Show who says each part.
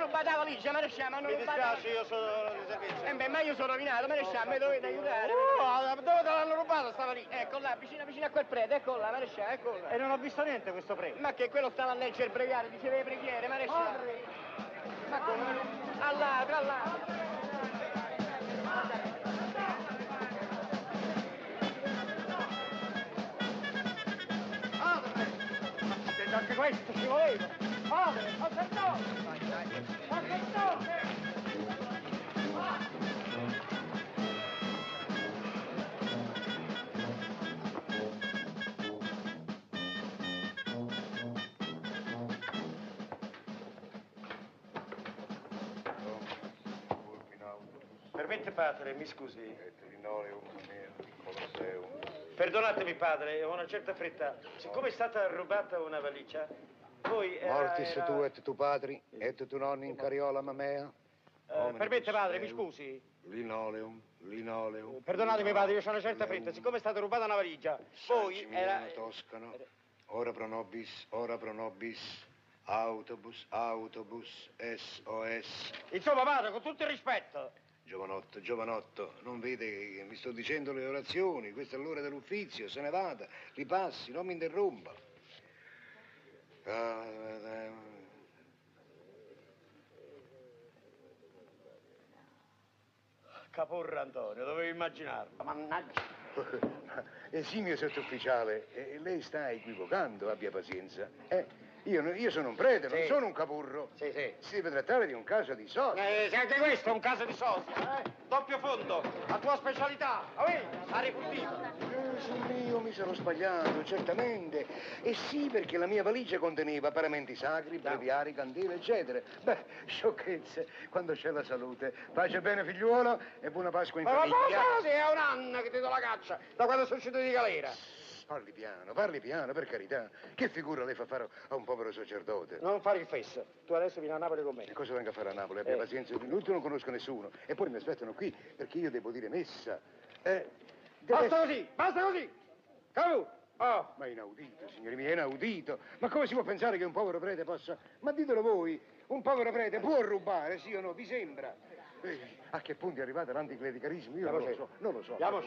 Speaker 1: rubato la valigia, maresciallo, mi hanno
Speaker 2: Mi
Speaker 1: rubato la valigia.
Speaker 2: dispiace, io sono di servizio.
Speaker 1: E Eh, beh, ma io sono rovinato, maresciallo, mi dovete aiutare.
Speaker 2: Oh, dove te l'hanno rubato sta lì?
Speaker 1: Ecco là, vicino, vicino a quel prete, ecco là, maresciallo, ecco là.
Speaker 2: E non ho visto niente questo prete.
Speaker 1: Ma che quello stava a leggere il pregare, diceva le preghiere, maresciallo. Ma come? All'altro, all'altro.
Speaker 2: Padre! Sento anche questo, ci voleva. Padre, sacerdote! Sacerdote!
Speaker 3: colpi in autobus,
Speaker 2: Permette, padre, mi scusi.
Speaker 3: Trinoleum, Nervi, Colosseum.
Speaker 2: Perdonatemi, padre, ho una certa fretta. Siccome è stata rubata una valigia, voi eh, era,
Speaker 3: Mortis
Speaker 2: era-
Speaker 3: tu et tu padri, et tu nonni in cariola mamea.
Speaker 2: Eh, permette, padre, mi scusi.
Speaker 3: Linoleum, linoleum.
Speaker 2: Perdonatemi, Eh, padre, io ho una certa fretta. Siccome è stata rubata una valigia, voi eh, era...
Speaker 3: Toscano, ora pro nobis, ora pro nobis. Autobus, autobus, SOS.
Speaker 2: Insomma, padre, con tutto il rispetto.
Speaker 3: Giovanotto, giovanotto, non vede che mi sto dicendo le orazioni, questa è l'ora dell'uffizio, se ne vada, ripassi, non mi interrompa. Ah, eh,
Speaker 2: Caporra Antonio, dovevo immaginarlo.
Speaker 1: Mannaggia.
Speaker 3: Eh, Esimio sottufficiale, eh, lei sta equivocando, abbia pazienza. Eh, io, no- io sono un prete, non
Speaker 2: Sì.
Speaker 3: sono un capurro.
Speaker 2: Sì, sì.
Speaker 3: Si deve trattare di un caso di soldi.
Speaker 2: Eh, se anche questo è un caso di sosia, eh? Doppio fondo, la tua specialità. Ah, Avì, ha ripulito.
Speaker 3: Eh, sono io, mi sono sbagliato, certamente. E sì, perché la mia valigia conteneva paramenti sacri, breviari, candele, eccetera. Beh, sciocchezze, quando c'è la salute. Pace bene, figliuolo, e buona Pasqua in
Speaker 2: Ma ma
Speaker 3: famiglia.
Speaker 2: cosa? È un anno che ti do la caccia, da quando sono uscito di galera.
Speaker 3: Parli piano, parli piano, per carità. Che figura lei fa fare a un povero sacerdote?
Speaker 2: Non fare il fesso. Tu adesso vieni a Napoli con
Speaker 3: E
Speaker 2: me.
Speaker 3: cosa vengo a fare a Napoli? Abbia
Speaker 2: Eh.
Speaker 3: pazienza, inoltre non conosco nessuno. E poi mi aspettano qui, perché io devo dire messa. Eh, deve
Speaker 2: Basta
Speaker 3: essere- Ah,
Speaker 2: così, basta così. Cavu, oh.
Speaker 3: Ma è inaudito, signori miei, è inaudito. Ma come si può pensare che un povero prete possa... Ma ditelo voi, un povero prete può rubare, sì o no? Vi sembra? Eh, a che punto è arrivato l'anticlericalismo? Io non lo so, non lo so.
Speaker 2: Andiamoci.